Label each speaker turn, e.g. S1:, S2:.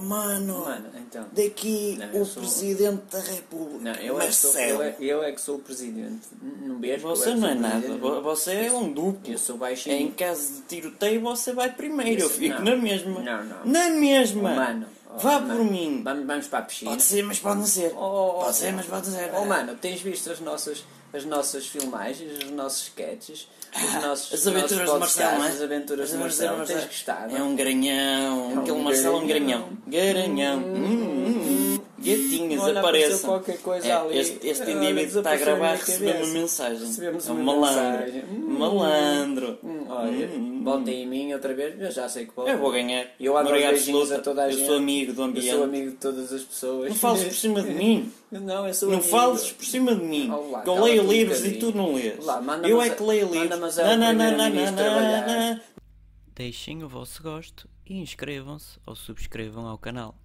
S1: mano,
S2: Mano, então.
S1: daqui
S2: Não, eu
S1: o
S2: sou-
S1: Presidente da República,
S2: Não, eu é, que sou,
S1: Marcelo.
S2: eu, é, eu é que sou o presidente. N- Não vês? Eu
S1: Você
S2: que
S1: não é
S2: sou o
S1: nada,
S2: presidente.
S1: vo- você é um duplo.
S2: Eu sou
S1: Em
S2: baixinho.
S1: caso de tiroteio, você vai primeiro. Eu
S2: Isso,
S1: fico
S2: não.
S1: na mesma.
S2: Não, não.
S1: Na mesma.
S2: Mano. oh,
S1: É Vá
S2: mano,
S1: por mim.
S2: Vamos, vamos para a piscina.
S1: Pode ser, mas pode não ser.
S2: Oh,
S1: pode ser, mas pode não ser.
S2: Oh, mano, tens visto as nossas, as nossas filmagens, os nossos sketches, os nossos,
S1: Ah, As aventuras
S2: nossos
S1: do Marcelo, não é?
S2: podcasts, As aventuras do Marcelo. Tens gostado?
S1: É um granhão.
S2: um
S1: Aquele Marcelo é um granhão. Granhão. Hum, hum, hum. Gatinhas
S2: Olha, apareceu
S1: aparecem.
S2: qualquer coisa
S1: É,
S2: ali.
S1: Este, este
S2: Olha,
S1: indivíduo está a
S2: desapareceu na
S1: gravar
S2: minha
S1: recebeu uma
S2: cabeça.
S1: mensagem.
S2: Recebemos
S1: é um
S2: uma
S1: malandro.
S2: mensagem. Hum.
S1: Malandro.
S2: Hum, Olha, volta em mim outra vez, eu já sei que volta.
S1: Eu vou ganhar.
S2: Eu adoro
S1: Obrigado,
S2: beijinhos
S1: absoluta.
S2: a toda a
S1: eu
S2: gente.
S1: sou amigo do
S2: Eu
S1: ambiente.
S2: sou amigo de todas as pessoas.
S1: Não fales por cima de mim.
S2: Não, eu sou
S1: Não
S2: amigo.
S1: fales por cima de mim.
S2: Olá,
S1: que eu
S2: cala-te
S1: leio
S2: um
S1: livros e
S2: bocadinho.
S1: tu não lês.
S2: Lá, manda-me
S1: eu
S2: a-
S1: é que leio
S2: manda-me
S1: livros.
S2: a- o primeiro-ministro trabalhar.
S1: Deixem o vosso gosto e inscrevam-se ou subscrevam ao canal.